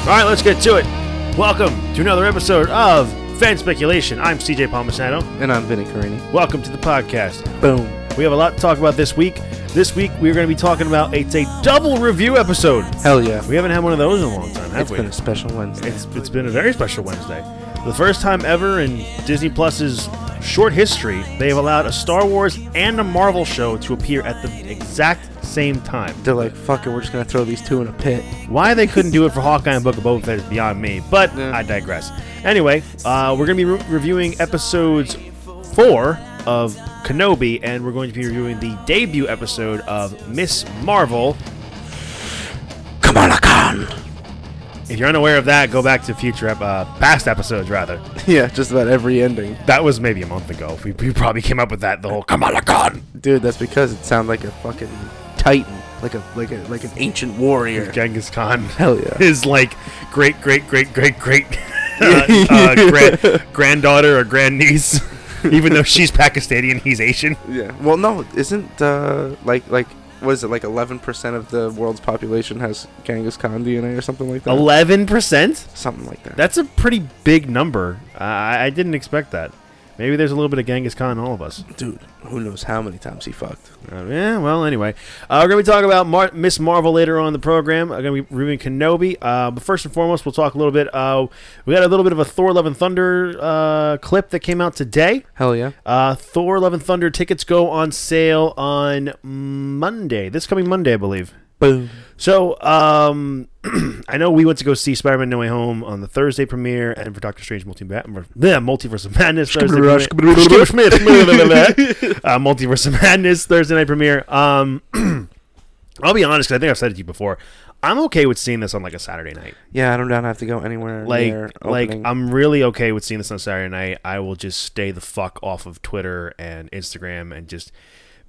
All right, let's get to it. Welcome to another episode of Fan Speculation. I'm CJ Palmisano. And I'm Vinny Carini. Welcome to the podcast. Boom. We have a lot to talk about this week. This week we're going to be talking about it's a double review episode. Hell yeah. We haven't had one of those in a long time, have It's we? been a special Wednesday. It's it's been a very special Wednesday. The first time ever in Disney Plus's short history, they've allowed a Star Wars and a Marvel show to appear at the exact same time. They're like, fuck it, we're just going to throw these two in a pit. Why they couldn't do it for Hawkeye and Book of Boba Fett is beyond me, but Yeah. I digress. Anyway, uh, we're going to be re- reviewing episodes four of Kenobi, and we're going to be reviewing the debut episode of Miss Marvel. Kamala Khan. If you're unaware of that, go back to future ep- uh, past episodes, rather. Yeah, just about every ending. That was maybe a month ago. We, we probably came up with that the whole Kamala Khan. Dude, that's because it sounded like a fucking titan. Like a like a like an ancient warrior. Genghis Khan. Hell yeah. His like great great great great great uh, uh, grand, granddaughter or grandniece, even though she's Pakistani and he's Asian. Yeah. Well, no, isn't uh like like what is it like 11% of the world's population has Genghis Khan DNA or something like that? Eleven percent. something like that. That's a pretty big number. I, I didn't expect that. Maybe there's a little bit of Genghis Khan in all of us. Dude, who knows how many times he fucked. Uh, yeah, well, anyway. Uh, we're going to be talking about Mar- Miss Marvel later on in the program. I'm going to be reviewing Kenobi. Uh, but first and foremost, we'll talk a little bit. Uh, we got a little bit of a Thor Love and Thunder uh, clip that came out today. Hell yeah. Uh, Thor Love and Thunder tickets go on sale on Monday, this coming Monday, I believe. Boom. So, um, I know we went to go see Spider Man No Way Home on the Thursday premiere and for Doctor Strange Multiverse, yeah, Multiverse of Madness Thursday premiere. uh, Multiverse of Madness Thursday night premiere. Um, I'll be honest, 'cause I think I've said it to you before. I'm okay with seeing this on like a Saturday night. Yeah, I don't, don't have to go anywhere. Like, near like opening. I'm really okay with seeing this on Saturday night. I will just stay the fuck off of Twitter and Instagram and just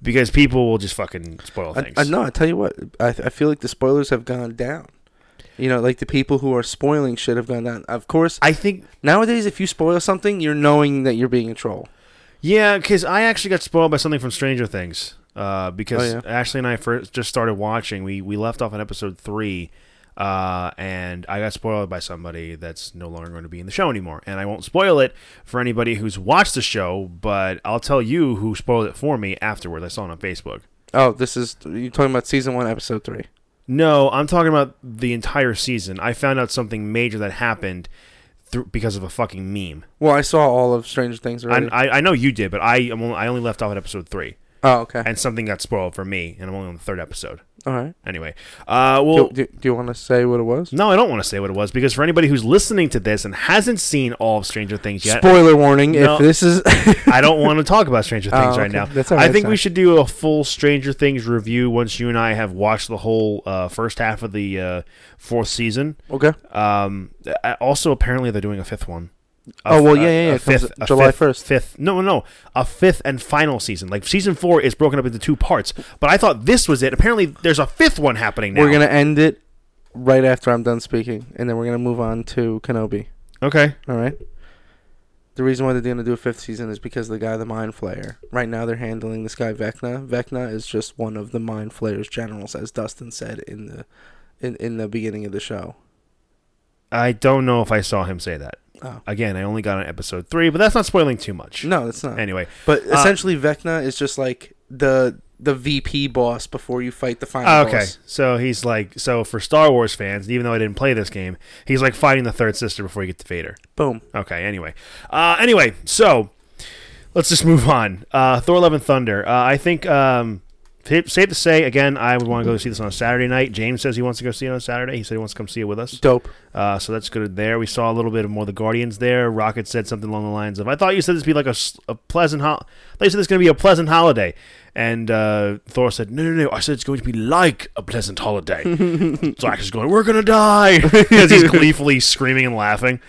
because people will just fucking spoil I, things. I, no, I tell you what, I, I feel like the spoilers have gone down. You know, like the people who are spoiling shit have gone down. Of course, I think nowadays, if you spoil something, you're knowing that you're being a troll. Yeah, because I actually got spoiled by something from Stranger Things. Uh, because Oh, yeah. Ashley and I first just started watching. We we left off on episode three, uh, and I got spoiled by somebody that's no longer going to be in the show anymore. And I won't spoil it for anybody who's watched the show, but I'll tell you who spoiled it for me afterwards. I saw it on Facebook. Oh, this is you're talking about season one, episode three. No, I'm talking about the entire season. I found out something major that happened through because of a fucking meme. Well, I saw all of Stranger Things already. I, I, I know you did, but I am only- I only left off at episode three. oh, okay. and something got spoiled for me, and I'm only on the third episode. all right. Anyway, uh, well, Do, do, do you want to say what it was? no, I don't want to say what it was because for anybody who's listening to this and hasn't seen all of Stranger Things yet, Spoiler warning. No. If this is I don't want to talk about Stranger Things Oh, right okay. now. That's all I right, think we sorry. should do a full Stranger Things review once you and I have watched the whole uh, first half of the uh, fourth season. okay. Um, I- also, apparently, they're doing a fifth one. A- Oh well, a- yeah, yeah, yeah. a it comes fifth- a July fifth- first. fifth no no a fifth and final season like season four is broken up into two parts but i thought this was it apparently there's a fifth one happening now We're gonna end it right after I'm done speaking, and then we're gonna move on to Kenobi. okay All right. The reason why they're going to do a fifth season is because of the guy, the Mind Flayer. Right now, they're handling this guy Vecna. Vecna is just one of the Mind Flayer's generals, as Dustin said in the in, in the beginning of the show. i don't know if i saw him say that Oh again i only got on episode three but that's not spoiling too much no, that's not. anyway But Uh, essentially, Vecna is just like the the VP boss before you fight the final okay boss. so he's like so for star wars fans even though i didn't play this game he's like fighting the third sister before you get to vader Boom. Okay. Anyway, uh, anyway, so let's just move on. Uh, Thor: Love and Thunder. Uh, I think um, fa- safe to say again, I would want to go see this on a Saturday night. James says he wants to go see it on Saturday. He said he wants to come see it with us. Dope. Uh, so that's good. There, we saw a little bit of more of the Guardians there. Rocket said something along the lines of, "I thought you said this would be like a, s- a pleasant hol- I thought you said this going to be a pleasant holiday." And uh, Thor said, "No, no, no. I said it's going to be like a pleasant holiday." Zach is going, "We're gonna die!" Because he's gleefully screaming and laughing.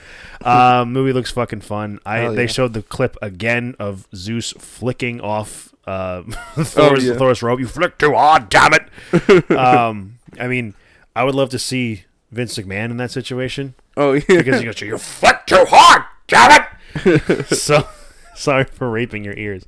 Uh, movie looks fucking fun. I Hell they yeah. showed the clip again of Zeus flicking off uh, Thor's, yeah. Thor's robe. You flick too hard, damn it! um, I mean, I would love to see Vince McMahon in that situation Oh because yeah. he goes, "You flick too hard, damn it!" so sorry for raping your ears.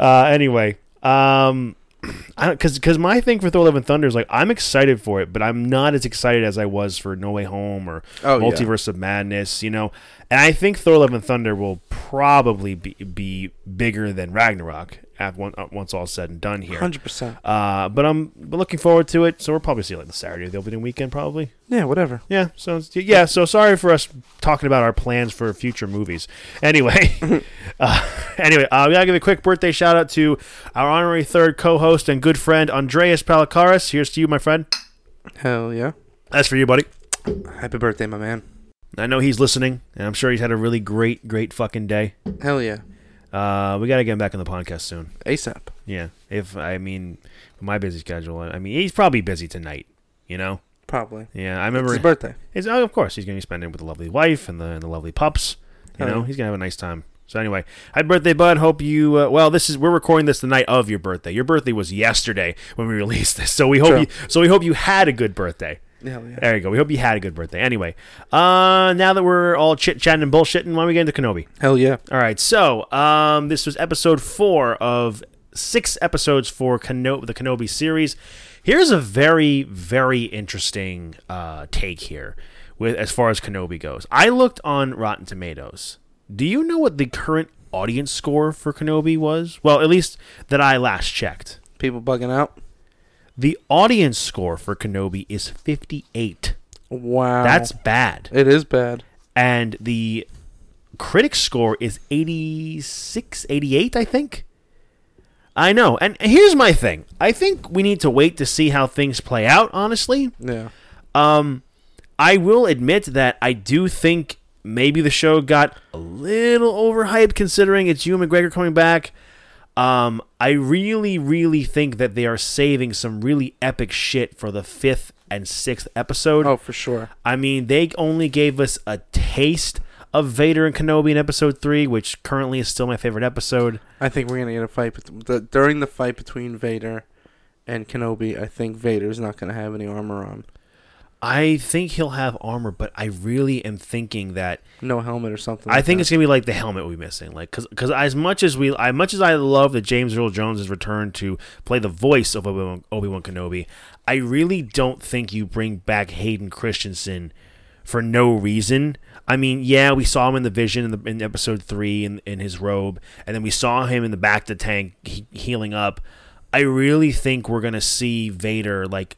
Uh, anyway, um, I don't because because my thing for Thor: Love and Thunder is like I'm excited for it, but I'm not as excited as I was for No Way Home or Oh, yeah. Multiverse of Madness. You know, and I think Thor: Love and Thunder will probably be, be bigger than Ragnarok at one, uh, once all said and done here. Hundred percent. Uh, but I'm looking forward to it. So we'll probably see it like the Saturday of the opening weekend, probably. Yeah, whatever. Yeah. So yeah. So sorry for us talking about our plans for future movies. Anyway, uh, anyway, uh, we gotta give a quick birthday shout out to our honorary third co-host and good friend Andreas Palakaris. Here's to you, my friend. Hell yeah. That's for you, buddy. Happy birthday, my man. I know he's listening, and I'm sure he's had a really great, great fucking day. Hell yeah. Uh, we gotta get him back on the podcast soon. ASAP. Yeah. If I mean, my busy schedule. I mean, he's probably busy tonight. You know. Probably. Yeah. I It's remember. his birthday. He's, oh, of course, he's going to be spending with the lovely wife and the, and the lovely pups. You Oh, know, yeah. he's going to have a nice time. So anyway, happy birthday, bud. Hope you. Uh, well, this is we're recording this the night of your birthday. Your birthday was yesterday when we released this, so we hope True. you. So we hope you had a good birthday. Hell yeah. There you go. We hope you had a good birthday. Anyway, uh, now that we're all chit chatting and bullshitting, why don't we get into Kenobi? Hell yeah. All right, so um, this was episode four of six episodes for Keno- the Kenobi series. Here's a very, very interesting uh, take here with as far as Kenobi goes. I looked on Rotten Tomatoes. Do you know what the current audience score for Kenobi was? Well, at least that I last checked. People bugging out. The audience score for Kenobi is 58. Wow. That's bad. it is bad. And the critic score is 86, 88, I think. I know. And here's my thing. I think we need to wait to see how things play out, honestly. Yeah. Um, I will admit that I do think maybe the show got a little overhyped considering it's Hugh McGregor coming back. Um, I really, really think that they are saving some really epic shit for the fifth and sixth episode. Oh, for sure. I mean, they only gave us a taste of Vader and Kenobi in episode three, which currently is still my favorite episode. I think we're gonna get a fight bet- the, during the fight between Vader and Kenobi. I think Vader's not gonna have any armor on, I think he'll have armor, but I really am thinking that no helmet or something. I think it's gonna be like the helmet we're missing, like because as much as we, as much as I love that James Earl Jones has returned to play the voice of Obi Wan Kenobi, I really don't think you bring back Hayden Christensen for no reason. I mean, yeah, we saw him in the Vision in, the, in episode three in, in his robe, and then we saw him in the back of the tank he, healing up. I really think we're gonna see Vader like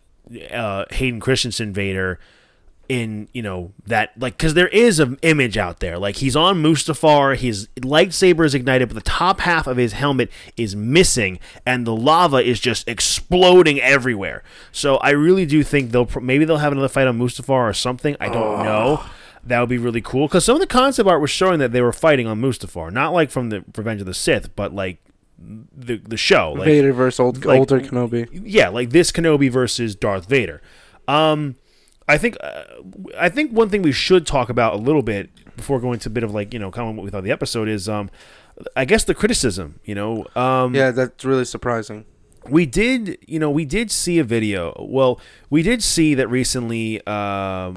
uh, Hayden Christensen Vader in you know that like because there is an image out there like he's on mustafar his lightsaber is ignited but the top half of his helmet is missing and the lava is just exploding everywhere so i really do think they'll pr- maybe they'll have another fight on mustafar or something i don't know that would be really cool because some of the concept art was showing that they were fighting on mustafar not like from the revenge of the sith but like the, the show like Vader versus old, like- older Kenobi. yeah, like this Kenobi versus Darth Vader. Um, I think uh, I think one thing we should talk about a little bit before going to a bit of like you know comment what we thought of the episode is um, I guess the criticism you know um, Yeah, that's really surprising. we did you know we did see a video well we did see that recently uh,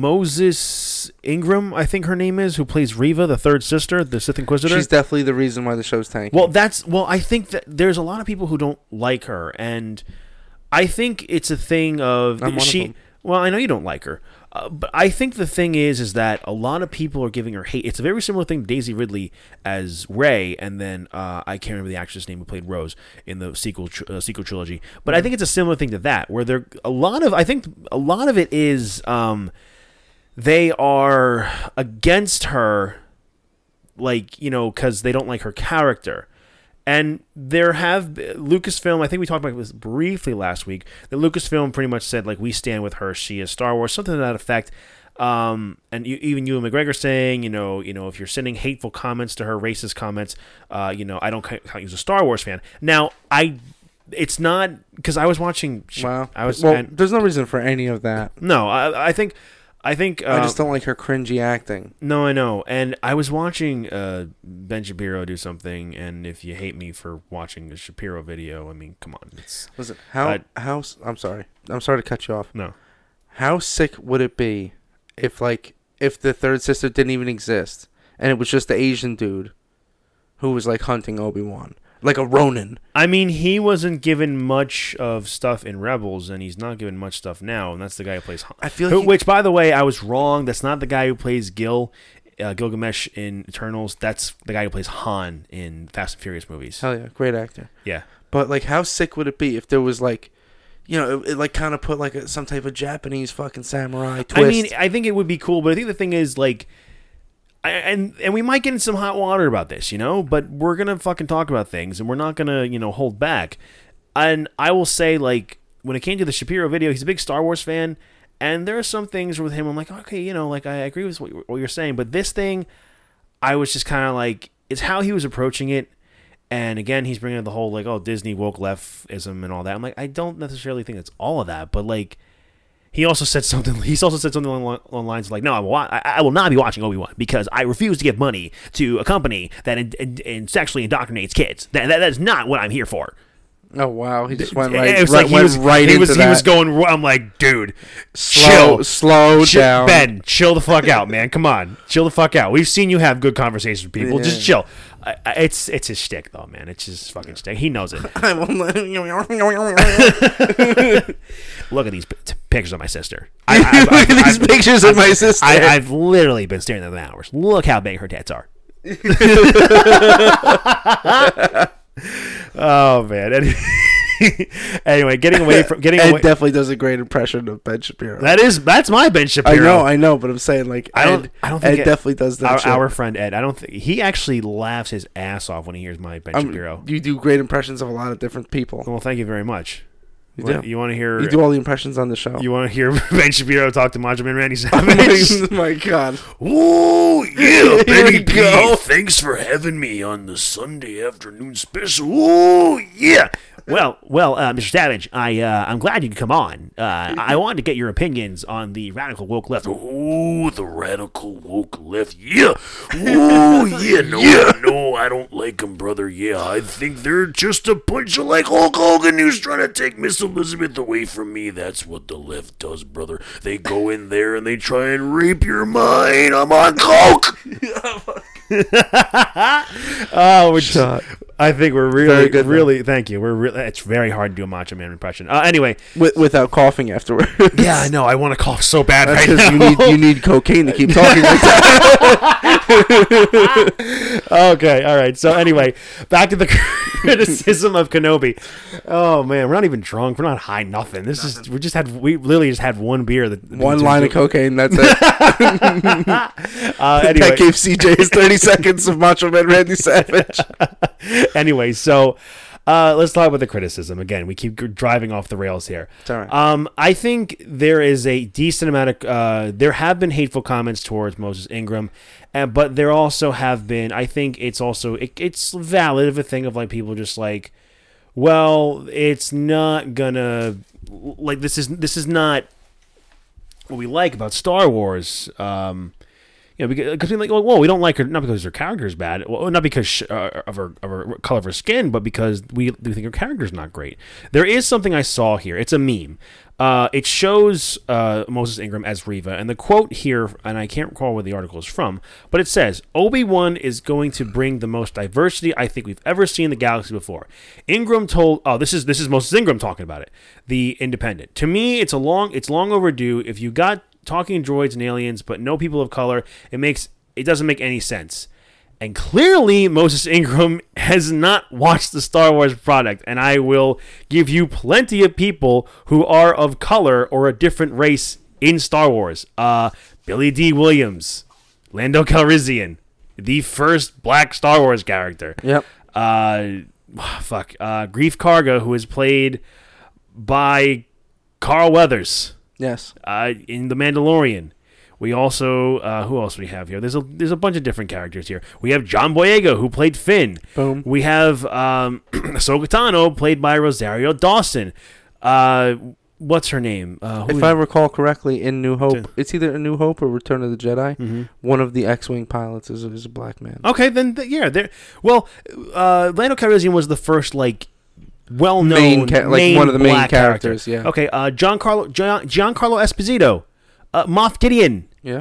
Moses Ingram I think her name is who plays Riva the third sister the Sith Inquisitor She's definitely the reason why the show's tanking. well, that's well. I think that there's a lot of people who don't like her, and I think it's a thing of I'm one of she. them. Well, I know you don't like her, uh, but I think the thing is, is that a lot of people are giving her hate. It's a very similar thing to Daisy Ridley as Ray, and then uh, I can't remember the actress' name who played Rose in the sequel tr- uh, sequel trilogy. But I Mm. think it's a similar thing to that, where there a lot of I think a lot of it is um, they are against her like you know because they don't like her character and there have lucasfilm i think we talked about this briefly last week that lucasfilm pretty much said like we stand with her she is star wars something to that effect um, and you, even you and mcgregor saying you know you know if you're sending hateful comments to her racist comments uh, you know i don't ca- count you as a star wars fan now i it's not because i was watching wow. i was well, and- there's no reason for any of that. no i, I think i think uh, I just don't like her cringy acting. no, I know. And I was watching uh, Ben Shapiro do something, and if you hate me for watching the Shapiro video, I mean, come on. It's, Listen, how I- how s- I'm sorry, I'm sorry to cut you off. no. How sick would it be if like if the third sister didn't even exist and it was just the Asian dude who was like hunting Obi Wan? like a Ronin. I mean, he wasn't given much of stuff in Rebels, and he's not given much stuff now. And that's the guy who plays. Han. I feel Who- he- which, by the way, I was wrong. That's not the guy who plays Gil, uh, Gilgamesh in Eternals. That's the guy who plays Han in Fast and Furious movies. Hell yeah, great actor. Yeah. But like, how sick would it be if there was like, you know, it, it, like kind of put like a, some type of Japanese fucking samurai twist? I mean, I think it would be cool, but I think the thing is like, I, and and we might get in some hot water about this, you know. But we're gonna fucking talk about things, and we're not gonna you know hold back. And I will say like when it came to the Shapiro video, he's a big Star Wars fan, and there are some things with him. I'm like, okay, you know, like I agree with what you- what you're saying, but this thing, I was just kind of like, it's how he was approaching it. And again, he's bringing up the whole like, oh, Disney woke leftism and all that. I'm like, I don't necessarily think it's all of that, but like, he also said something. He's also said something along, along the lines of like, "No, I will, wa- I, I will not be watching Obi Wan because I refuse to give money to a company that in, in, in sexually indoctrinates kids. That, that, that is not what I'm here for." oh wow, he just went It- right, it was right, like he went was right he into was that. he was going. I'm like, dude, slow, chill, slow Chill- down. Ben, chill the fuck out, man. Come on, chill the fuck out. We've seen you have good conversations with people. Just Yeah. chill. I, I, it's it's his shtick though, man. It's his fucking shtick. He knows it. I won't let him- Look at these p- t- pictures of my sister. I, I, I, Look at these I- pictures of my sister. I, I've literally been staring at them hours. Look how big her tats are. oh man. Any- anyway, getting away from getting Ed away. definitely does a great impression of Ben Shapiro. that is that's my Ben Shapiro. I know, I know, but I'm saying like I don't- Ed, I don't think Ed it- definitely does that. our, shit. our friend Ed. I don't think he actually laughs his ass off when he hears my Ben I'm- Shapiro. Um, You do great impressions of a lot of different people. Well, thank you very much. You What- do. You want to hear? You do all the impressions on the show. You want to hear Ben Shapiro talk to Macho Man Randy Savage? oh my god. Ooh, yeah, Here we go. Thanks for having me on the Sunday afternoon special. Ooh, yeah. Well, well, uh, Mr. Savage, I uh, I'm glad you could come on. Uh, I wanted to get your opinions on the radical woke left. Ooh, the radical woke left. Yeah. Ooh, yeah. No, yeah. no, I don't like them, brother. Yeah, I think they're just a bunch of like Hulk Hogan who's trying to take Miss Elizabeth away from me. That's what the left does, brother. They go in there and they try and rape your mind. I'm on coke. Oh, we're Shut. I think we're really, Very good, really. Thank you. We're really. It's very hard to do a Macho Man impression. Uh, anyway. With, without coughing afterwards. Yeah, I know. I want to cough so bad right Because now. you need you need cocaine to keep talking like that. okay, all right. So anyway, back to the criticism of Kenobi. Oh man, we're not even drunk. We're not high. Nothing. This is we just had we literally just had one beer. That One line of cocaine, that's it. Uh, That anyway, gave CJ his 30 seconds of Macho Man Randy Savage. anyway, so uh, let's talk about the criticism again. We keep g- driving off the rails here. all right. Um, I think there is a decent amount of uh, there have been hateful comments towards Moses Ingram, and, but there also have been. I think it's also it, it's valid of a thing of like people just like, well, it's not gonna like this is this is not what we like about Star Wars. Um, you know, because, because we're like, well, whoa, we don't like her not because her character's bad, well, not because sh uh, of her of her color of her skin, but because we we think her character's not great. There is something I saw here. It's a meme. Uh, it shows uh, Moses Ingram as Reva, and the quote here, and I can't recall where the article is from, but it says Obi Wan is going to bring the most diversity I think we've ever seen in the galaxy before. Ingram told, oh, this is this is Moses Ingram talking about it, the Independent. To me, it's a long it's long overdue. If you got talking droids and aliens, but no people of color. It makes it doesn't make any sense. And clearly, Moses Ingram has not watched the Star Wars product, and I will give you plenty of people who are of color or a different race in Star Wars. Uh, Billy D. Williams, Lando Calrissian, the first black Star Wars character. Yep. Uh, fuck. Uh, Grief Karga, who is played by Carl Weathers Yes. uh, in The Mandalorian. We also uh, who else we have here? There's a there's a bunch of different characters here. We have John Boyega who played Finn. Boom. We have um, Ahsoka Tano played by Rosario Dawson. Uh, what's her name? Uh, who If is- I recall correctly, in New Hope, it's either in New Hope or Return of the Jedi. One of the X-wing pilots is, is a black man. okay, then th- yeah, there. Well, uh, Lando Calrissian was the first like well-known Main ca- like, one of the main black characters, yeah. Okay. Uh, Giancarlo Gian, Giancarlo Esposito, uh, Moff Gideon. Yeah.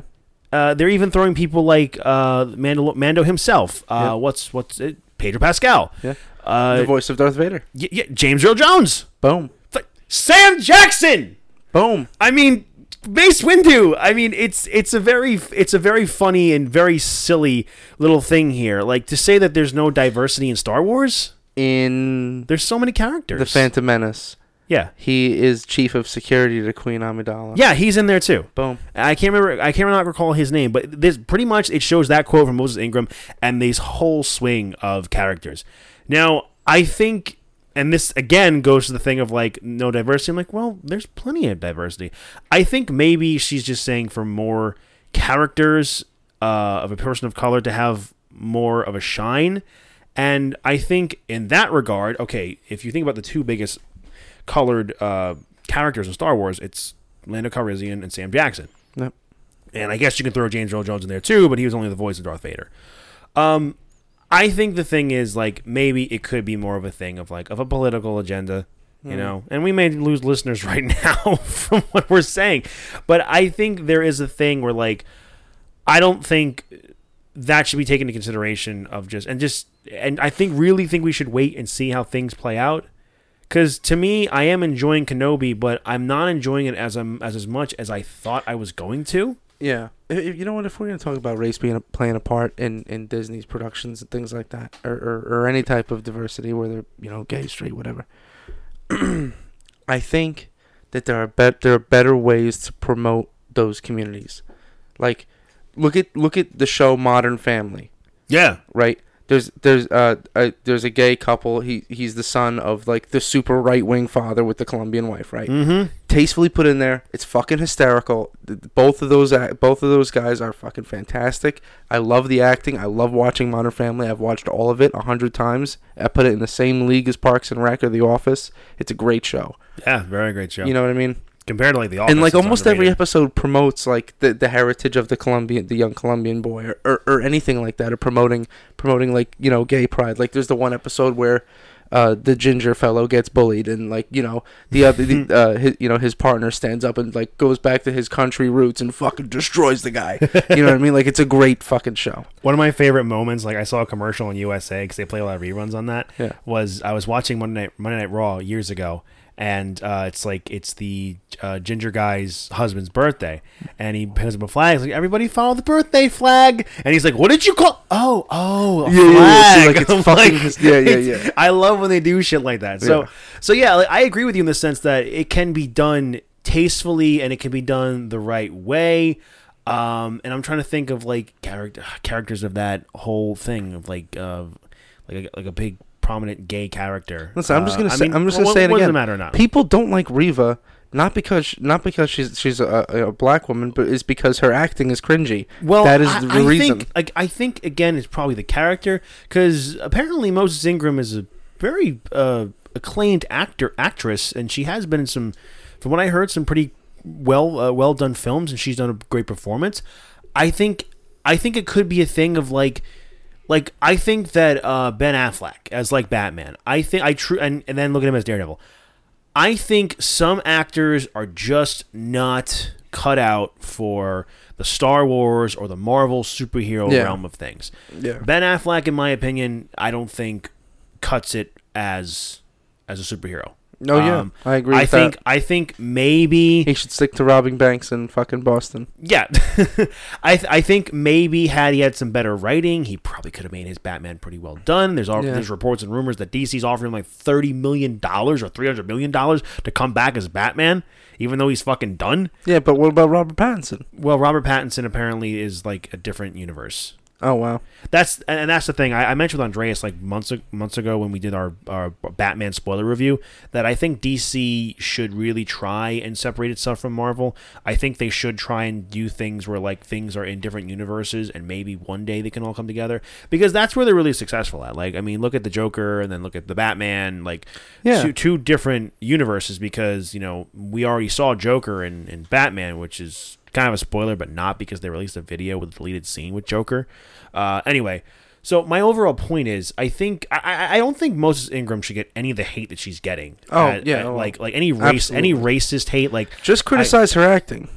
Uh, they're even throwing people like uh, Mandal- Mando himself. Uh, Yep. What's what's it? Pedro Pascal. Yeah. Uh, the voice of Darth Vader. y- yeah, James Earl Jones. Boom. Th- Sam Jackson. Boom. I mean, Mace Windu. I mean, it's it's a very it's a very funny and very silly little thing here. Like to say that there's no diversity in Star Wars. In There's so many characters. The Phantom Menace, Yeah. he is chief of security to Queen Amidala. Yeah, he's in there too. Boom. I can't remember. I cannot recall his name, but this pretty much it shows that quote from Moses Ingram and this whole swing of characters. Now, I think, and this again goes to the thing of like no diversity. I'm like, well, there's plenty of diversity. I think maybe she's just saying for more characters uh, of a person of color to have more of a shine, and I think in that regard, okay, if you think about the two biggest colored uh, characters in Star Wars, it's Lando Calrissian and Sam Jackson. Yep. And I guess you can throw James Earl Jones in there too, but he was only the voice of Darth Vader. Um, I think the thing is like maybe it could be more of a thing of like of a political agenda, you know. And we may lose listeners right now from what we're saying, but I think there is a thing where like I don't think that should be taken into consideration of just and just and I think really think we should wait and see how things play out. Cause to me, I am enjoying Kenobi, but I'm not enjoying it as I'm, as as much as I thought I was going to. Yeah. If, if- you know what? If we're gonna talk about race being a, playing a part in, in Disney's productions and things like that, or, or or any type of diversity, whether you know gay, straight, whatever, I think that there are bet there are better ways to promote those communities. Like, look at look at the show Modern Family. Yeah, right? There's there's uh a, there's a gay couple. He he's the son of like the super right wing father with the Colombian wife, right? Mm-hmm. Tastefully put in there. It's fucking hysterical. Th- th- Both of those act- both of those guys are fucking fantastic. I love the acting. I love watching Modern Family. I've watched all of it a hundred times. I put it in the same league as Parks and Rec or The Office. It's a great show. Yeah, very great show. You know what I mean? compared to like the office, and like it's almost every underrated. episode promotes like the, the heritage of the Colombian the young Colombian boy or, or, or anything like that or promoting promoting like you know gay pride like there's the one episode where uh, the ginger fellow gets bullied and like you know the other the, uh, his, you know his partner stands up and like goes back to his country roots and fucking destroys the guy you know what I mean like it's a great fucking show One of my favorite moments, like I saw a commercial in USA because they play a lot of reruns on that. Yeah. Was I was watching Monday Night Monday Night Raw years ago, and uh, it's like it's the uh, ginger guy's husband's birthday, and he pins up a flag. He's like, "Everybody follow the birthday flag," and he's like, "What did you call? Oh, oh, a Yeah, yeah, yeah. flag." So, like, it's I'm fucking his- yeah, yeah, it's- yeah. I love when they do shit like that. So, Yeah. so yeah, like, I agree with you in the sense that it can be done tastefully and it can be done the right way. Um, and I'm trying to think of like character characters of that whole thing of like uh, like a, like a big prominent gay character. Listen, I'm just gonna Uh, I say mean, I'm just gonna what- say it what again. Doesn't matter or not. People don't like Riva not because sh- not because she's she's a, a a black woman, but it's because her acting is cringy. Well, that is I, the I reason. Think, like, I think again, it's probably the character because apparently Moses Ingram is a very uh, acclaimed actor actress, and she has been in some, from what I heard, some pretty well uh, well done films, and she's done a great performance. I think I think it could be a thing of like. Like I think that uh, Ben Affleck as like Batman, I think I true and, and then look at him as Daredevil. I think some actors are just not cut out for the Star Wars or the Marvel superhero Yeah. realm of things. Yeah. Ben Affleck, in my opinion, I don't think cuts it as as a superhero. No, yeah, I agree Um, I with think that. I think maybe He should stick to robbing banks in fucking Boston. yeah, I th- I think maybe had he had some better writing, he probably could have made his Batman pretty well done. There's all Yeah. there's reports and rumors that DC's offering him like thirty million dollars or three hundred million dollars to come back as Batman, even though he's fucking done. Yeah, but what about Robert Pattinson? Well, Robert Pattinson apparently is like a different universe. Oh wow. That's and and that's the thing I, I mentioned with Andreas like months ag- months ago when we did our, our Batman spoiler review that I think DC should really try and separate itself from Marvel. I think they should try and do things where like things are in different universes and maybe one day they can all come together because that's where they're really successful at. Like I mean, look at the Joker and then look at the Batman. Like Yeah. two, two different universes because you know we already saw Joker and, and Batman, which is kind of a spoiler, but not because they released a video with a deleted scene with Joker. Uh, anyway, so my overall point is, I think I- I, I don't think Moses Ingram should get any of the hate that she's getting. Oh, Uh, yeah, uh, oh, like like any race, any absolutely. racist hate. Like Just criticize her acting.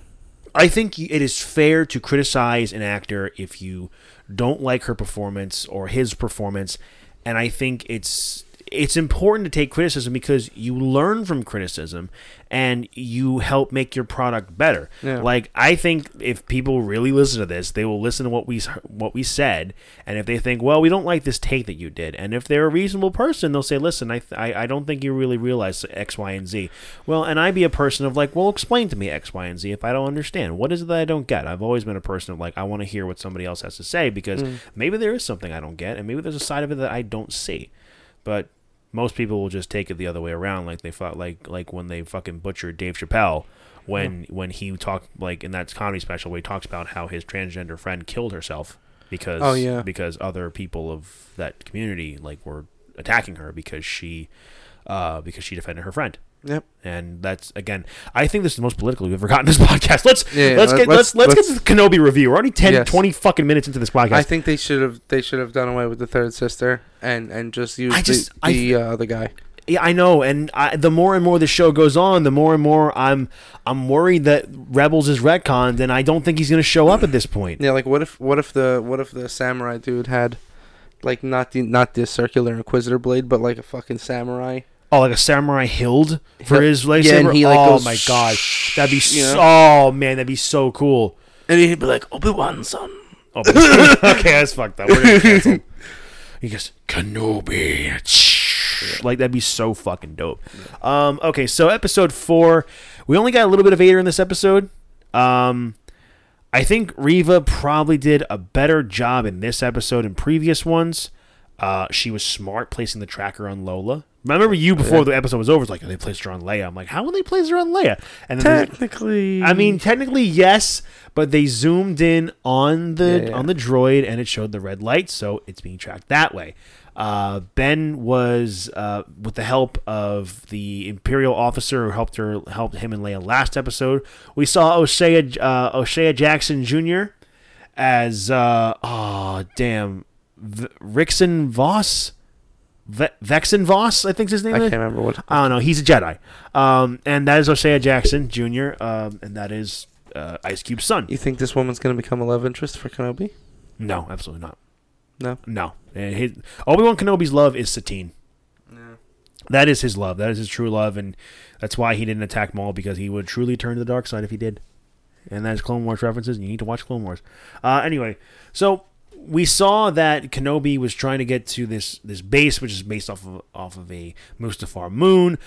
I think it is fair to criticize an actor if you don't like her performance or his performance. and I think it's it's important to take criticism because you learn from criticism and you help make your product better. Yeah. Like I think if people really listen to this, they will listen to what we s- what we said, and if they think, well, we don't like this take that you did, and if they're a reasonable person, they'll say, listen, I th- I, I don't think you really realize X, Y, and Z. Well, and I be a person of like, well, explain to me X, Y, and Z if I don't understand. What is it that I don't get? I've always been a person of like, I want to hear what somebody else has to say because maybe there is something I don't get, and maybe there's a side of it that I don't see but most people will just take it the other way around like they fought like like when they fucking butchered Dave Chappelle when when he talked like in that comedy special where he talks about how his transgender friend killed herself because Oh, yeah. because other people of that community like were attacking her because she uh because she defended her friend Yep. and that's again I think this is the most political we've ever gotten this podcast let's Yeah, yeah, let's let- get let's let's, let's- let's- get to the Kenobi review we're already 10 Yes. 20 fucking minutes into this podcast I think they should have they should have done away with the third sister and and just used I just- the, the uh, other guy. Yeah, I know, and I, the more and more the show goes on, the more and more I'm I'm worried that Rebels is retconned, and I don't think he's going to show up at this point. Yeah, like what if what if the what if the samurai dude had like not the not the circular inquisitor blade, but like a fucking samurai. Oh, like a samurai hild for his lightsaber. Yeah, and he, like, oh goes my god, that'd be you know? so, oh man, that'd be so cool. And he'd be like, Obi Wan son. Oh, okay, that's fucked up. We're gonna cancel. He goes Kenobi. Like that'd be so fucking dope. Um, okay, so episode four, we only got a little bit of Vader in this episode. Um, I think Reva probably did a better job in this episode and previous ones. Uh, she was smart placing the tracker on Lola. I remember you before the episode was over. It's like "Oh, they placed her on Leia. I'm like, how would they place her on Leia? And then there's- Technically, I mean, technically yes, but they zoomed in on the Yeah, yeah. on the droid and it showed the red light, so it's being tracked that way. Uh, ben was uh, with the help of the Imperial officer who helped her helped him and Leia last episode. We saw O'Shea uh, O'Shea Jackson Jr. as uh, oh damn v- Rickson Voss. Ve- Vexen Voss, I think's his name. I is. can't remember what. I don't know. He's a Jedi, um, and that is Osea Jackson Jr. Um, and that is uh, Ice Cube's son. You think this woman's gonna become a love interest for Kenobi? No, absolutely not. No. No, Obi Wan Kenobi's love is Satine. That is his love. That is his true love, and that's why he didn't attack Maul because he would truly turn to the dark side if he did. And that's Clone Wars references, and you need to watch Clone Wars. Uh, anyway, so we saw that Kenobi was trying to get to this this base, which is based off of off of a Mustafar moon.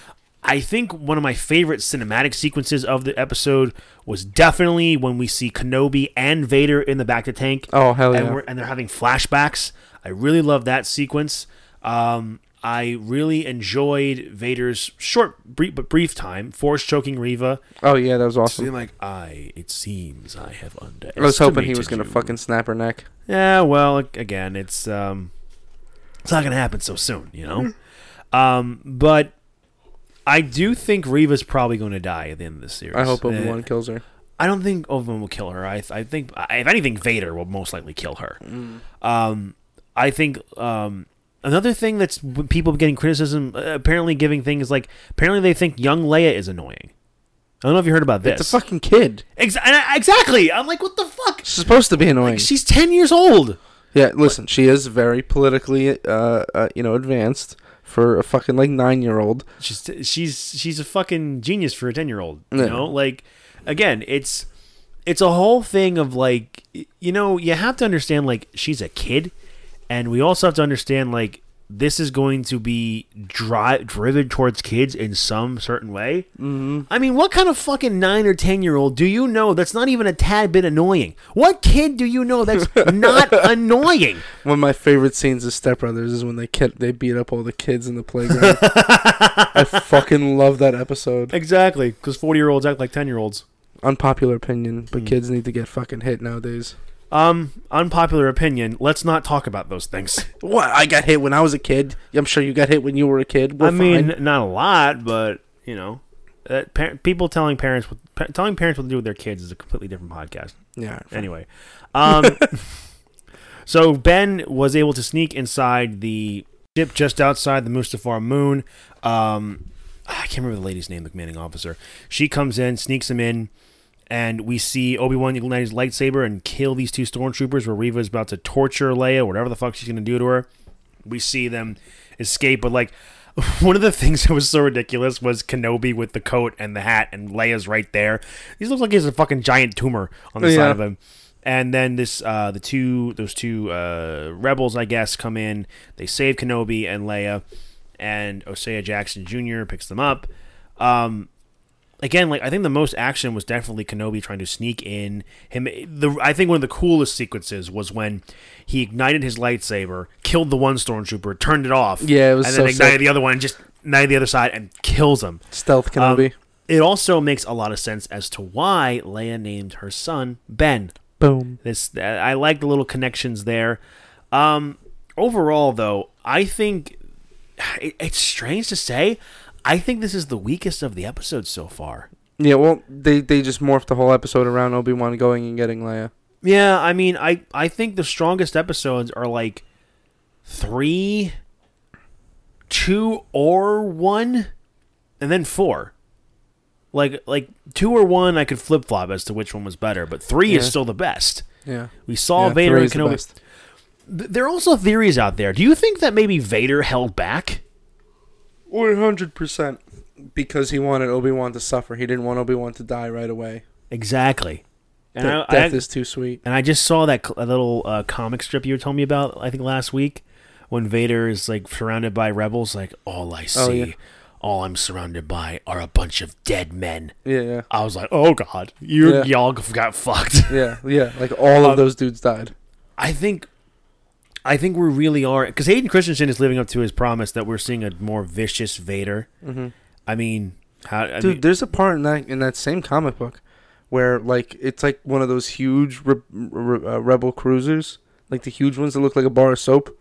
I think one of my favorite cinematic sequences of the episode was definitely when we see Kenobi and Vader in the back of tank Oh hell and, yeah! we're, and they're having flashbacks. I really love that sequence. Um, I really enjoyed Vader's short, brief, but brief time, force choking Reva. Oh yeah, that was awesome. Being like, I, it seems I have underestimated I was hoping he was gonna you." fucking snap her neck. Yeah, well, ag- again, it's um, it's not gonna happen so soon, you know. um, but I do think Reva's probably going to die at the end of the series. I hope Eh, Obi Wan kills her. I don't think Obi-Wan will kill her. I, I think, I- if anything, Vader will most likely kill her. Um, I think um, another thing that's w- people getting criticism, uh, apparently giving things like, apparently they think young Leia is annoying. I don't know if you heard about this. It's a fucking kid. Ex- and I- exactly. I'm like, what the fuck? She's supposed to be annoying. She's 10 years old. Yeah, listen, she is very politically, uh, uh, you know, advanced for a fucking like nine year old. she's she's she's a fucking genius for a 10 year old you Yeah. know like again it's it's a whole thing of like y- you know you have to understand like she's a kid and we also have to understand like this is going to be dri- driven towards kids in some certain way. Mm-hmm. I mean, what kind of fucking nine or ten year old do you know that's not even a tad bit annoying? What kid do you know that's not annoying? One of my favorite scenes of Step Brothers is when they kid- they beat up all the kids in the playground. I fucking love that episode. Exactly, because forty year olds act like ten year olds. Unpopular opinion, Hmm. but kids need to get fucking hit nowadays. Um, unpopular opinion. Let's not talk about those things. What? I got hit when I was a kid. I'm sure you got hit when you were a kid. We're I mean, fine. not a lot, but you know, that par- people telling parents what pa- telling parents what to do with their kids is a completely different podcast. yeah. Anyway, um, so Ben was able to sneak inside the ship just outside the Mustafar moon. Um, I can't remember the lady's name, the commanding officer. She comes in, sneaks him in, and we see Obi Wan ignite his lightsaber and kill these two stormtroopers. Where Reva's about to torture Leia, whatever the fuck she's gonna do to her. we see them escape. But like one of the things that was so ridiculous was Kenobi with the coat and the hat, and Leia's right there. He looks like he has a fucking giant tumor on the side Yeah. of him. And then this, uh, the two, those two uh, rebels, I guess, come in. They save Kenobi and Leia, and Osea Jackson Jr. picks them up. Um, again, like I think the most action was definitely Kenobi trying to sneak in him. The I think one of the coolest sequences was when he ignited his lightsaber, killed the one stormtrooper, turned it off, Yeah, it was and so then ignited sick. the other one, and just ignited the other side and kills him. Stealth Um, Kenobi. it also makes a lot of sense as to why Leia named her son Ben. Boom. This I like the little connections there. Um, overall, though, I think it, it's strange to say. I think this is the weakest of the episodes so far. Yeah, well, they they just morphed the whole episode around Obi Wan going and getting Leia. Yeah, I mean, I I think the strongest episodes are like three, two or one, and then four. Like like two or one, I could flip flop as to which one was better, but three is Yeah. still the best. Yeah. We saw yeah, Vader three and is the Kenobi. best. Th- There are also theories out there. Do you think that maybe Vader held back? One hundred percent, because he wanted Obi Wan to suffer. He didn't want Obi Wan to die right away. Exactly. And Death, I, I, death is too sweet. And I just saw that cl- little uh, comic strip you were telling me about, I think last week, when Vader is like surrounded by rebels, like, all I see, Oh, yeah. all I'm surrounded by are a bunch of dead men. Yeah, yeah, I was like, oh God, you Yeah. y'all got fucked. yeah, yeah. Like all Um, of those dudes died. I think, I think we really are because Hayden Christensen is living up to his promise that we're seeing a more vicious Vader. Mm-hmm. I mean, how? I Dude, mean, there's a part in that in that same comic book where like it's like one of those huge re- re- uh, rebel cruisers, like the huge ones that look like a bar of soap.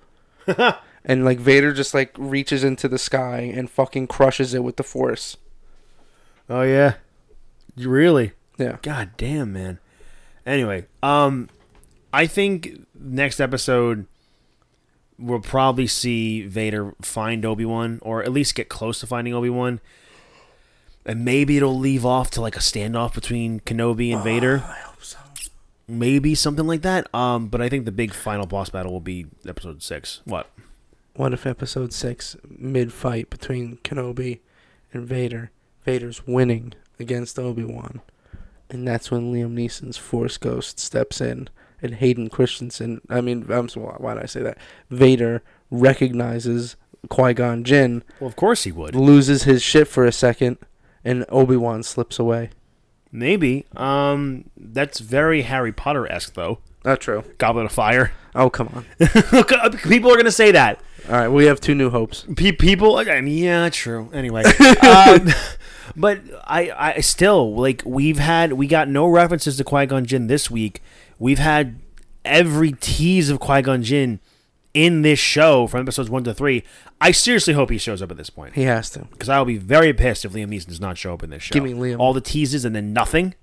and like Vader just like reaches into the sky and fucking crushes it with the force. oh yeah, You really. Yeah. God damn, man. Anyway, um, I think next episode we'll probably see Vader find Obi Wan, or at least get close to finding Obi Wan, and maybe it'll leave off to like a standoff between Kenobi and Vader. I hope so. Maybe something like that. Um, but I think the big final boss battle will be episode six. What? What if episode 6 mid fight between Kenobi and Vader, Vader's winning against Obi-Wan. And that's when Liam Neeson's Force Ghost steps in and Hayden Christensen, I mean, I'm so- why did I say that? Vader recognizes Qui-Gon Jinn, Well, of course he would. loses his shit for a second, and Obi-Wan slips away. Maybe. Um, that's very Harry Potter esque though. Not true. Goblet of Fire. Oh, come on. uh, People are gonna say that. All right, we have two new hopes. Pe- people like, I mean, yeah true anyway um, but I, I still like we've had we got no references to Qui-Gon Jinn this week we've had every tease of Qui-Gon Jinn in this show from episodes 1 to 3 I seriously hope he shows up at this point He has to. because I'll be very pissed if Liam Neeson does not show up in this show Give me Liam. all the teases and then nothing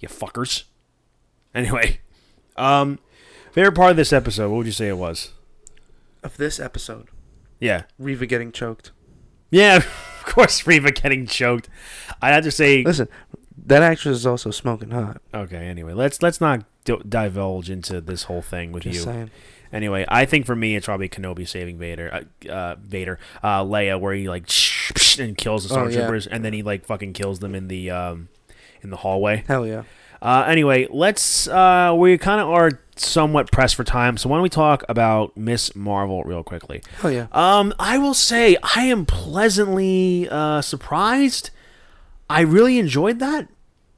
you fuckers anyway um favorite part of this episode what would you say it was Of this episode, yeah Reva getting choked. Yeah, of course, Reva getting choked. I have to say, Listen, that actress is also smoking hot. okay. Anyway, let's let's not d- divulge into this whole thing with Just you. saying. Anyway, I think for me, it's probably Kenobi saving Vader, uh, uh, Vader, uh, Leia, where he like and kills the Oh, yeah. stormtroopers, and then he like fucking kills them in the um, in the hallway. Hell yeah. Uh, anyway, let's. Uh, we kind of are somewhat pressed for time, so why don't we talk about Miss Marvel real quickly? Hell yeah. Um, I will say I am pleasantly uh, surprised. I really enjoyed that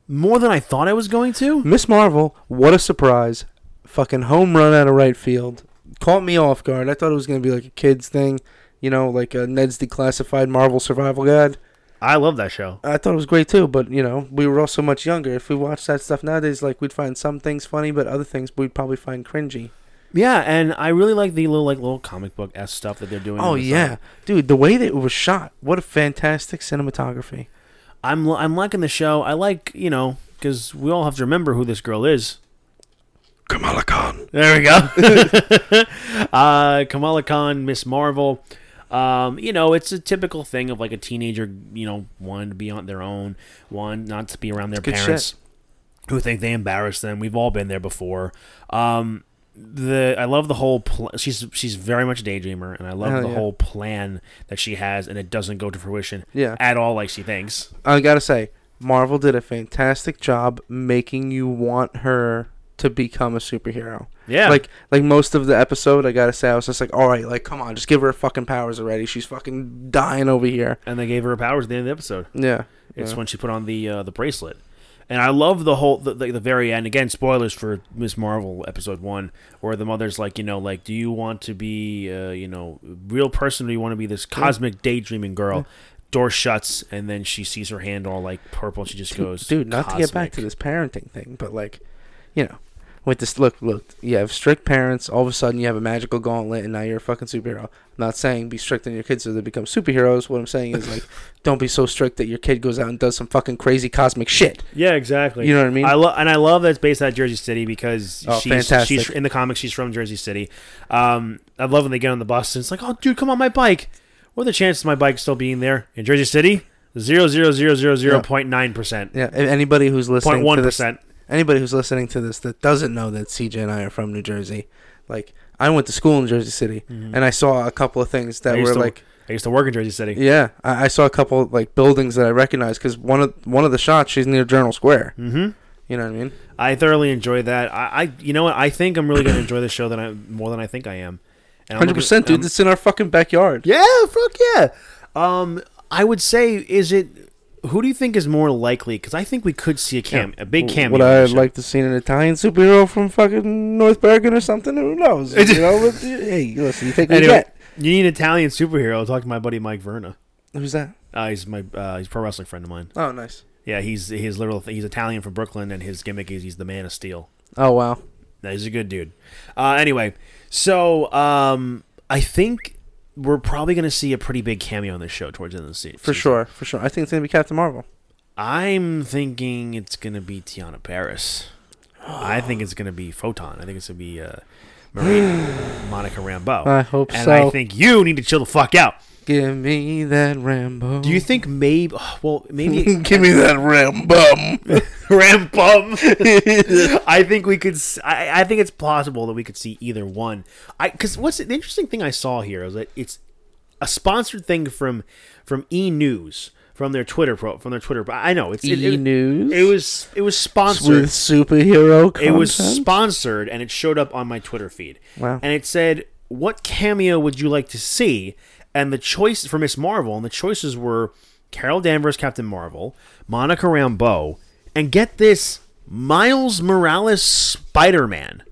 more than I thought I was going to. Miss Marvel, what a surprise. Fucking home run out of right field. Caught me off guard. I thought it was going to be like a kid's thing, you know, like a Ned's Declassified Marvel Survival Guide. I love that show. I thought it was great too, but, you know, we were all so much younger. If we watched that stuff nowadays, like, we'd find some things funny, but other things we'd probably find cringy. Yeah, and I really like the little like little comic book s stuff that they're doing. in Oh, uh, this yeah. song. Dude, the way that it was shot, what a fantastic cinematography. I'm li- I'm liking the show. I like you know because we all have to remember who this girl is. Kamala Khan. There we go. uh, Kamala Khan, Miss Marvel. Um, you know, it's a typical thing of like a teenager, you know, wanting to be on their own, one not to be around their good parents, who think they embarrass them. We've all been there before. Um, the I love the whole pl- she's she's very much a daydreamer and I love Hell the yeah. whole plan that she has and it doesn't go to fruition Yeah. at all like she thinks. I gotta say, Marvel did a fantastic job making you want her to become a superhero. Yeah. Like like most of the episode, I gotta say, I was just like, all right, like come on, just give her fucking powers already. She's fucking dying over here. and they gave her her powers at the end of the episode. Yeah. It's yeah. when she put on the uh, the bracelet. And I love the whole the, the, the very end again. Spoilers for Miss Marvel episode one, where the mother's like, you know, like, do you want to be, uh, you know, real person, or do you want to be this cosmic daydreaming girl? Door shuts, and then she sees her hand all like purple. And she just Dude- goes, Dude, not to get back "Cosmic." to this parenting thing, but like, you know, with this look, look, you have strict parents. All of a sudden, you have a magical gauntlet, and now you're a fucking superhero. I'm not saying be strict on your kids so they become superheroes. What I'm saying is like, don't be so strict that your kid goes out and does some fucking crazy cosmic shit. Yeah, exactly. You know what I mean? I love and I love that it's based out of Jersey City because Oh, she's fantastic. she's in the comics. She's from Jersey City. Um, I love when they get on the bus and it's like, oh, dude, come on my bike. What are the chances of my bike still being there in Jersey City? Zero zero zero zero zero point nine percent. Yeah, and anybody who's listening Point one to this, percent. anybody who's listening to this that doesn't know that CJ and I are from New Jersey, like I went to school in Jersey City, and I saw a couple of things Mm-hmm. I that used were to- like, I used to work in Jersey City. yeah, I, I saw a couple like buildings that I recognized because one of one of the shots she's near Journal Square. hmm You know what I mean? I thoroughly enjoy that. I, I, you know what? I think I'm really going to enjoy this show than I more than I think I am. And I'm Hundred looking- percent, dude. I'm- It's in our fucking backyard. Yeah, fuck yeah. Um, I would say, is it who do you think is more likely? Because I think we could see a cam, a big cameo. Would in I this show. like to see an Italian superhero from fucking North Bergen or something? Who knows? You know, but, hey, listen, you take what you Anyway, get. you need an Italian superhero. Talk to my buddy Mike Verna. Who's that? Uh, he's my uh, he's a pro wrestling friend of mine. Oh, nice. Yeah, he's he's literal. He's Italian from Brooklyn, and his gimmick is he's the Man of Steel. Oh wow. Now, He's a good dude. Uh, anyway, so um, I think we're probably going to see a pretty big cameo on this show towards the end of the se- season. For sure, for sure. I think it's gonna be Captain Marvel. I'm thinking it's gonna be Tiana Paris. I think it's gonna be Photon. I think it's gonna be uh, Maria Monica Rambeau. I hope and so. I think you need to chill the fuck out. Give me that Rambo. Do you think maybe? Well, maybe Give me that Rambum. Rambum. I think we could. s- I, I think it's plausible that we could see either one. I because what's the interesting thing I saw here is that it's a sponsored thing from from E News from their Twitter pro from their Twitter. I know it's it- E it, News. It was it was sponsored. with superhero. Content? It was sponsored and it showed up on my Twitter feed. Wow. And it said, What cameo would you like to see? And the choice for Miss Marvel, and the choices were Carol Danvers, Captain Marvel, Monica Rambeau, and get this Miles Morales Spider Man.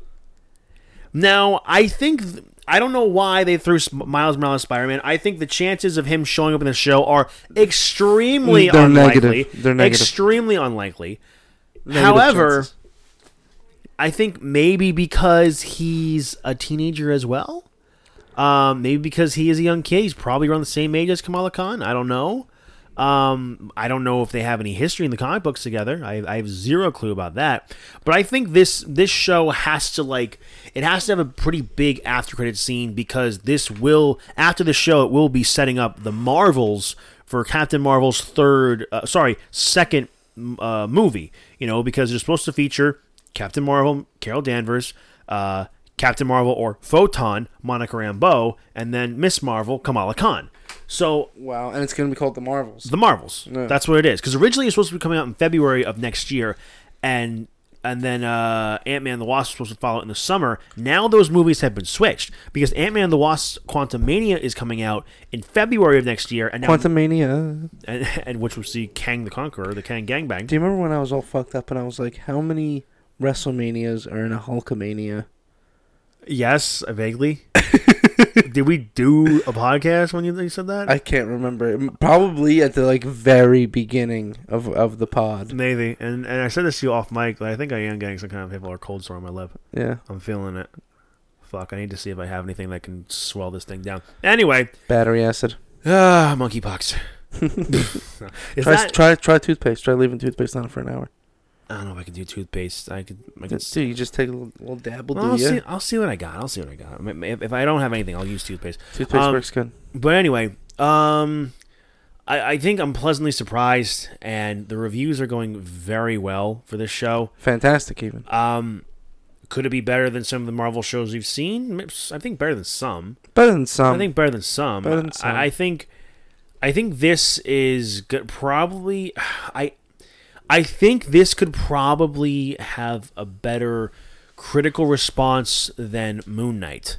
Now, I think. th- I don't know why they threw Sp- Miles Morales Spider Man. I think the chances of him showing up in the show are extremely They're unlikely. negative. They're negative. Extremely unlikely. Negative However, chances. I think maybe because he's a teenager as well. Um, maybe because he is a young kid. He's probably around the same age as Kamala Khan. I don't know. Um, I don't know if they have any history in the comic books together. I, I have zero clue about that. But I think this this show has to like it has to have a pretty big after credit scene because this will after the show it will be setting up the Marvels for Captain Marvel's third uh, sorry second m- uh, movie. You know because they're supposed to feature Captain Marvel, Carol Danvers, uh, Captain Marvel or Photon, Monica Rambeau, and then Miss Marvel, Kamala Khan. So wow, and it's gonna be called the Marvels. the Marvels. That's what it is. Because originally it's supposed to be coming out in February of next year, and and then uh, Ant Man the Wasp was supposed to follow it in the summer. Now those movies have been switched because Ant Man the Wasp Quantumania is coming out in February of next year, and now, Quantumania. and, and which will see Kang the Conqueror, the Kang Gangbang. Do you remember when I was all fucked up and I was like, how many WrestleManias are in a Hulkamania? Yes, vaguely. Did we do a podcast when you, you said that? I can't remember. M- Probably at the like very beginning of of the pod. Maybe. And and I said this to you off mic, but I think I am getting some kind of hip or cold sore on my lip. Yeah, I'm feeling it. Fuck, I need to see if I have anything that can swell this thing down. Anyway, battery acid. ah, monkeypox. Is Try, that, try try toothpaste. Try leaving toothpaste on it for an hour. I don't know if I can do toothpaste. I could. I could. Dude, you just take a little, little dab. Will Well, I'll do see. you? I'll see what I got. I'll see what I got. M- If, if I don't have anything, I'll use toothpaste. Toothpaste Um, works good. But anyway, um, I, I think I'm pleasantly surprised, and the reviews are going very well for this show. Fantastic, even. Um, Could it be better than some of the Marvel shows you've seen? I think better than some. Better than some. I think better than some. better than some. I, I think, I think this is good. Probably, I, I think this could probably have a better critical response than Moon Knight,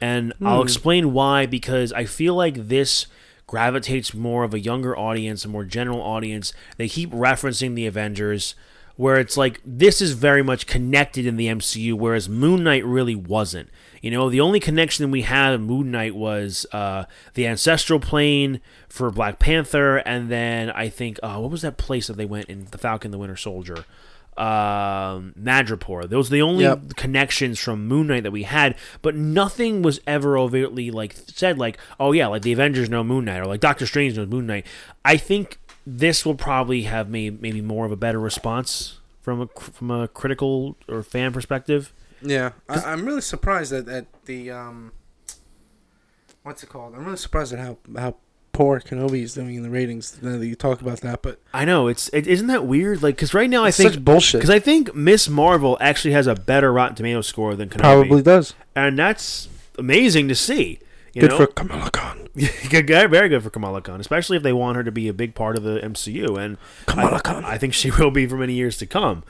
and I'll explain why. Because I feel like this gravitates more of a younger audience, a more general audience. They keep referencing the Avengers. Where it's like this is very much connected in the MCU, whereas Moon Knight really wasn't. You know, the only connection we had in Moon Knight was uh, the ancestral plane for Black Panther, and then I think uh, what was that place that they went in the Falcon, the Winter Soldier, um, Madripoor. Those are the only Yep. connections from Moon Knight that we had, but nothing was ever overtly like said like, oh yeah, like the Avengers know Moon Knight or like Doctor Strange knows Moon Knight. I think this will probably have made maybe more of a better response from a from a critical or fan perspective. Yeah, I, I'm really surprised at, at the um, what's it called? I'm really surprised at how how poor Kenobi is doing in the ratings. Now that you talk about that, but I know it's it, isn't that weird? Like, because right now it's I think such bullshit. Because I think Miss Marvel actually has a better Rotten Tomato score than Kenobi. Probably does. And that's amazing to see. You Good know? for Kamala Khan. good guy, very good for Kamala Khan, especially if they want her to be a big part of the MCU. And Kamala I, Khan. I think she will be for many years to come.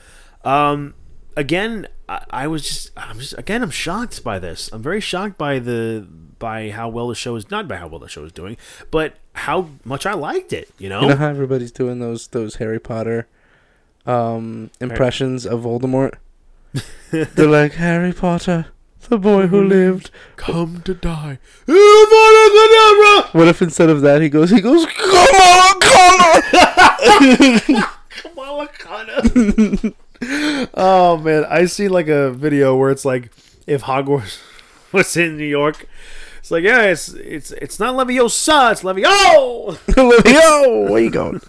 Um, again, I, I was just, I'm just, again, I'm shocked by this. I'm very shocked by the, by how well the show is, not by how well the show is doing, but how much I liked it. You know, You know how everybody's doing those those Harry Potter um, impressions of Voldemort? They're like Harry Potter, the boy who Mm-hmm. lived. come to die. Avada Kedavra! What if instead of that he goes he goes Kamala Khan? Kamala Khan. oh man, I see like a video where it's like if Hogwarts was in New York, it's like yeah, it's it's it's not Leviosa, it's Levio. Yo, where you going?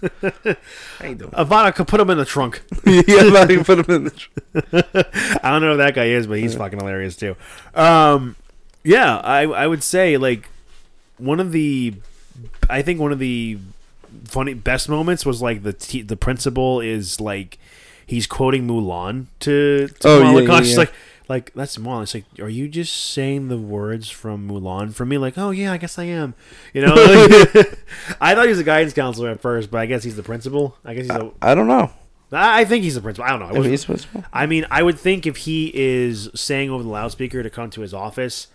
How you doing? Avada could put him in the trunk. yeah, I'm not even put him in the. I don't know who that guy is, but he's fucking hilarious too. Um, yeah, I I would say like one of the, I think one of the funny best moments was like the t- the principal is like he's quoting Mulan to, to Oh, Kamala yeah, Khan. yeah, She's yeah. like like that's Mulan. It's like are you just saying the words from Mulan for me? Like oh yeah, I guess I am. You know, I thought he was a guidance counselor at first, but I guess he's the principal. I guess he's a. I don't know. I I think he's the principal. I don't know. I If wasn't- he's principal. I mean, I would think if he is saying over the loudspeaker to come to his office,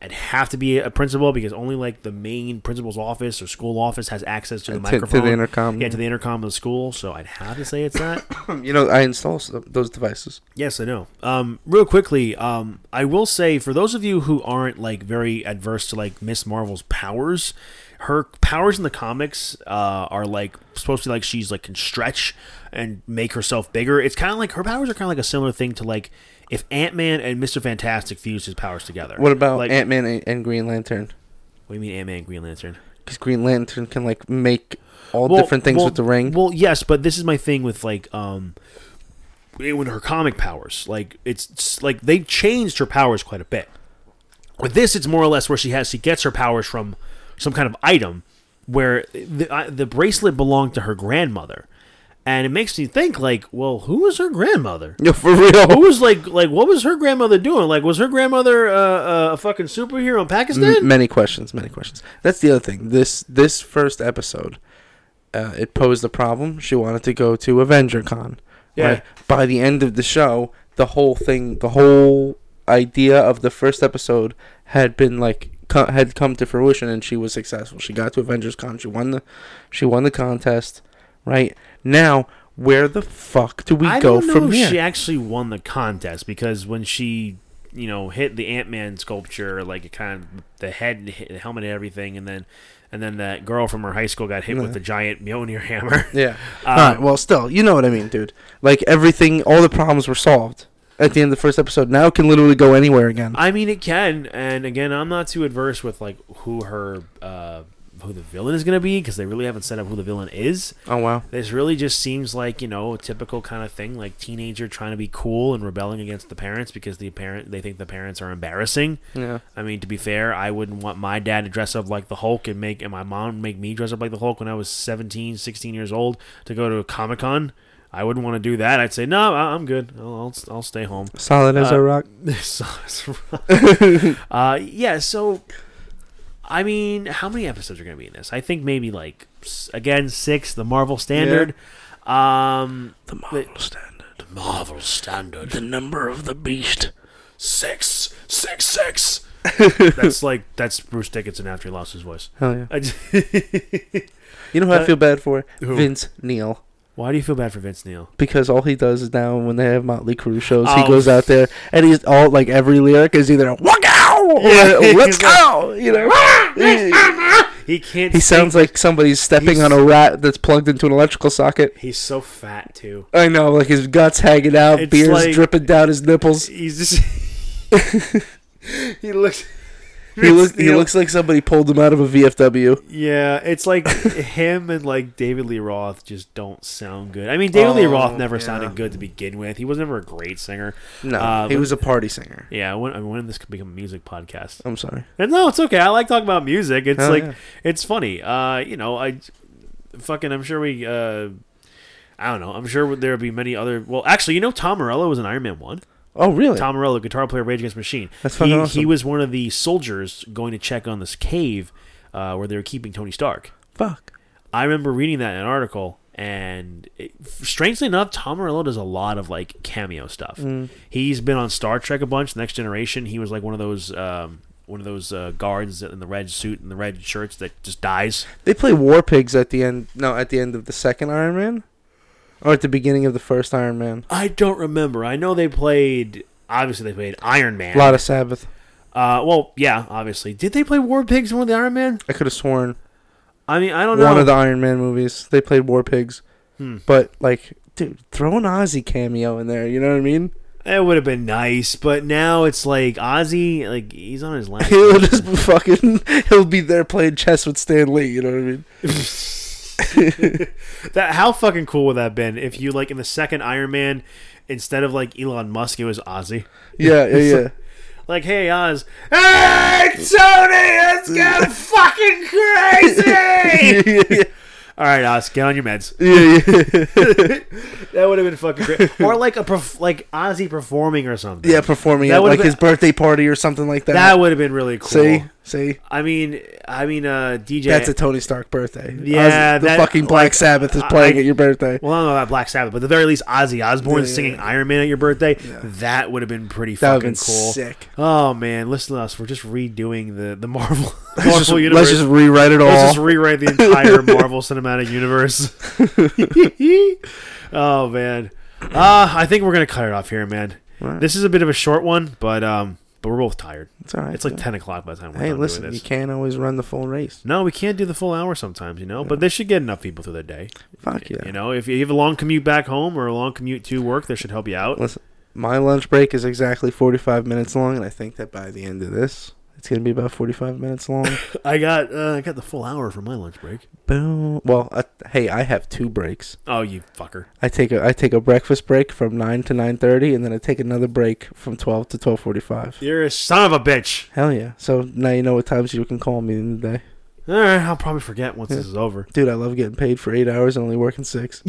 it'd have to be a principal because only like the main principal's office or school office has access Uh, to the mm-hmm. To- to the microphone, intercom. yeah, to the intercom of the school. So I'd have to say it's that. You know, I install s- those devices. Yes, I know. Um, real quickly, um, I will say for those of you who aren't like very adverse to like Miss Marvel's powers, her powers in the comics uh, are like supposed to be like she's like can stretch and make herself bigger. It's kind of like her powers are kind of like a similar thing to like if Ant Man and Mister Fantastic fused his powers together. What about like, Ant Man and, and Green Lantern? What do you mean Ant Man and Green Lantern? Because Green Lantern can like make all Well, different things well- with the ring. Well, yes, but this is my thing with like um when her comic powers, like it's, it's like they changed her powers quite a bit. With this, it's more or less where she has she gets her powers from some kind of item where the I the bracelet belonged to her grandmother, and it makes me think like, well, who was her grandmother? yeah, for Who real. was like like what was her grandmother doing? Like was her grandmother uh, uh, a fucking superhero in Pakistan? many questions. Many questions. That's the other thing. This this first episode, uh, it posed a problem. She wanted to go to Avenger Con. Yeah. By the end of the show, the whole thing, the whole idea of the first episode had been like co- had come to fruition, and she was successful. She got to Avengers Con. She won the she won the contest. Right now, where the fuck do we I go don't know from if here? she actually won the contest because when she, you know, hit the Ant Man sculpture, like it kind of the head, and hit- the helmet, and everything, and then and then that girl from her high school got hit with the giant Mjolnir hammer. Yeah. all right. Um, Well, still, you know what I mean, dude. Like everything, all the problems were solved at the end of the first episode. Now it can literally go anywhere again. I mean, it can, and again, I'm not too adverse with like who her, uh, who the villain is going to be because they really haven't set up who the villain is. Oh wow. This really just seems like you know a typical kind of thing, like teenager trying to be cool and rebelling against the parents because the parent they think the parents are embarrassing. Yeah. I mean, to be fair, I wouldn't want my dad to dress up like the Hulk and make and my mom make me dress up like the Hulk when I was 17, 16 years old to go to a Comic Con. I wouldn't want to do that. I'd say no, I- I'm good. I'll I'll, I'll stay home. Solid as Uh, a rock. uh, yeah. So, I mean, how many episodes are going to be in this? I think maybe like s- again six, the Marvel standard. Um, The model standard. The Marvel standard. The number of the beast. Six, six, six. that's like that's Bruce Dickinson after he lost his voice. Hell yeah. I just- You know who I Uh, feel bad for? who? Vince Neil. Why do you feel bad for Vince Neil? Because all he does is now when they have Motley Crue shows, Oh. he goes out there and he's all like every lyric is either "Walk out" or Yeah, "Let's he's like- "Ah, go," you know. He can't. he sounds like somebody's stepping on a rat that's plugged into an electrical socket. He's so fat too. I know, like his guts hanging out, It's beers like- dripping down his nipples. He's just. he looks. He looks, Vince he Neil- looks like somebody pulled him out of a VFW. Yeah, it's like him and like David Lee Roth just don't sound good. I mean, David Lee Oh, Roth never yeah. sounded good to begin with. He was never a great singer. No, Uh, he but- was a party singer. Yeah, when, I mean, when this could become a music podcast. I'm sorry. And no, it's okay. I like talking about music. It's Hell like yeah. it's funny. Uh, you know, I fucking I'm sure we uh I don't know. I'm sure there'll be many other. Well, actually, you know, Tom Morello was an Iron Man one. Oh, really? Tom Morello, guitar player, Rage Against the Machine. That's he, fucking awesome. he was one of the soldiers going to check on this cave uh, where they were keeping Tony Stark. Fuck. I remember reading that in an article, and it, strangely enough, Tom Morello does a lot of like cameo stuff. Mm. He's been on Star Trek a bunch, Next Generation. He was like one of those um, one of those uh, guards in the red suit and the red shirts that just dies. They play War Pigs at the end. No, at the end of the second Iron Man, or at the beginning of the first Iron Man. I don't remember. I know they played. Obviously, they played Iron Man. A lot of Sabbath. Uh, well, yeah, obviously. Did they play War Pigs in one of the Iron Man? I could have sworn I mean, I don't know. one of the Iron Man movies they played War Pigs, Hmm. but like, dude, throw an Ozzy cameo in there. You know what I mean? It would have been nice, but now it's like Ozzy, like he's on his last. He'll just be fucking. He'll be there playing chess with Stan Lee. You know what I mean? that how fucking cool would that have been if you like in the second Iron Man, instead of like Elon Musk, it was Ozzy. Yeah, yeah, yeah. Like, hey Oz, hey Tony, let's go fucking crazy. yeah, yeah, All right, Oz, get on your meds. yeah, yeah. That would have been fucking great, or like a perf- like Ozzy performing or something. Yeah, performing That at would've like been- his birthday party or something like that. that would have been really cool. see, see, I mean, I mean, uh, DJ. that's a Tony Stark birthday. Yeah, Ozzy- the that- fucking Black Sabbath is I- playing I- at your birthday. Well, I don't know about Black Sabbath, but at the very least, Ozzy Osbourne Yeah, yeah, singing yeah. Iron Man at your birthday, Yeah. that would have been pretty That fucking would have been cool. sick. Oh man, listen to us. We're just redoing the, the Marvel, Marvel Let's just, universe. let's just rewrite it all. Let's just rewrite the entire Marvel Cinematic Universe. oh man, uh, I think we're gonna cut it off here, man. Right. This is a bit of a short one, but um, but we're both tired. it's all right. It's like dude. ten o'clock by the time we're hey, done listen, doing you this. can't always run the full race. No, we can't do the full hour sometimes, you know. But this should get enough people through their day. Fuck yeah. You know, if you have a long commute back home or a long commute to work, this should help you out. Listen, my lunch break is exactly 45 minutes long, and I think that by the end of this, it's going to be about 45 minutes long. I got uh, I got the full hour for my lunch break. Boom. Well, I, hey, I have two breaks. Oh, you fucker! I take a I take a breakfast break from 9 to 9:30 and then I take another break from 12 to 12:45. You're a son of a bitch. Hell yeah. So now you know what times you can call me in the day. All right, Eh, I'll probably forget once this is over. Dude, I love getting paid for 8 hours and only working 6.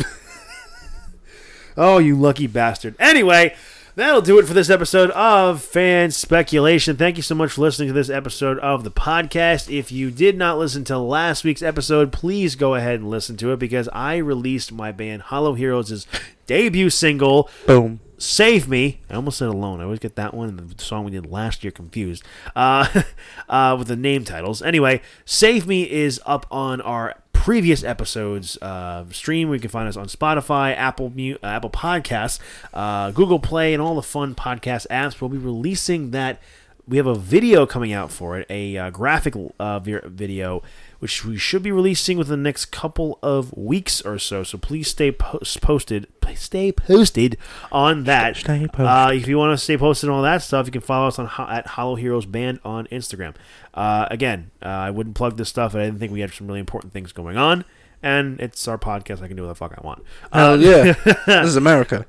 Oh, you lucky bastard. Anyway, that'll do it for this episode of Fan Speculation. Thank you so much for listening to this episode of the podcast. If you did not listen to last week's episode, please go ahead and listen to it because I released my band Hollow Heroes' debut single, Boom. Save Me. I almost said Alone. I always get that one and the song we did last year confused uh, uh, with the name titles. Anyway, Save Me is up on our previous episodes uh, stream. We can find us on Spotify, Apple Mu- uh, Apple Podcasts, uh, Google Play, and all the fun podcast apps. We'll be releasing that. We have a video coming out for it, a uh, graphic uh, vi- video, which we should be releasing within the next couple of weeks or so. So please stay post- posted, stay posted on that. Stay posted. Uh, if you want to stay posted on all that stuff, you can follow us on ho- at Hollow Heroes Band on Instagram. Uh, again, uh, I wouldn't plug this stuff, but I didn't think we had some really important things going on. And it's our podcast. I can do what the fuck I want. Uh, Hell yeah. this is America.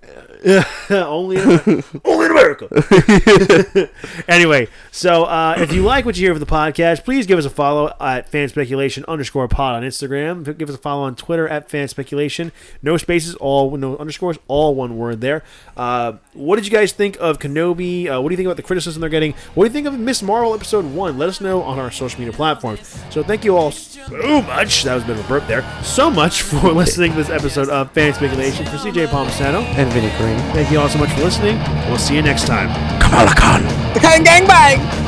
Only in America. Only in America. anyway, so uh, if you like what you hear of the podcast, please give us a follow at fanspeculation underscore pod on Instagram. Give us a follow on Twitter at fanspeculation. No spaces, all no underscores, all one word there. Uh, what did you guys think of Kenobi? Uh, what do you think about the criticism they're getting? What do you think of Miss Marvel episode one? Let us know on our social media platforms. So thank you all so much. That was a bit of a burp there. So much for listening to this episode of Fan Speculation for CJ Palmisano. And Vinny Green. Thank you all so much for listening. We'll see you next time. Kamala Khan. The kind gangbang!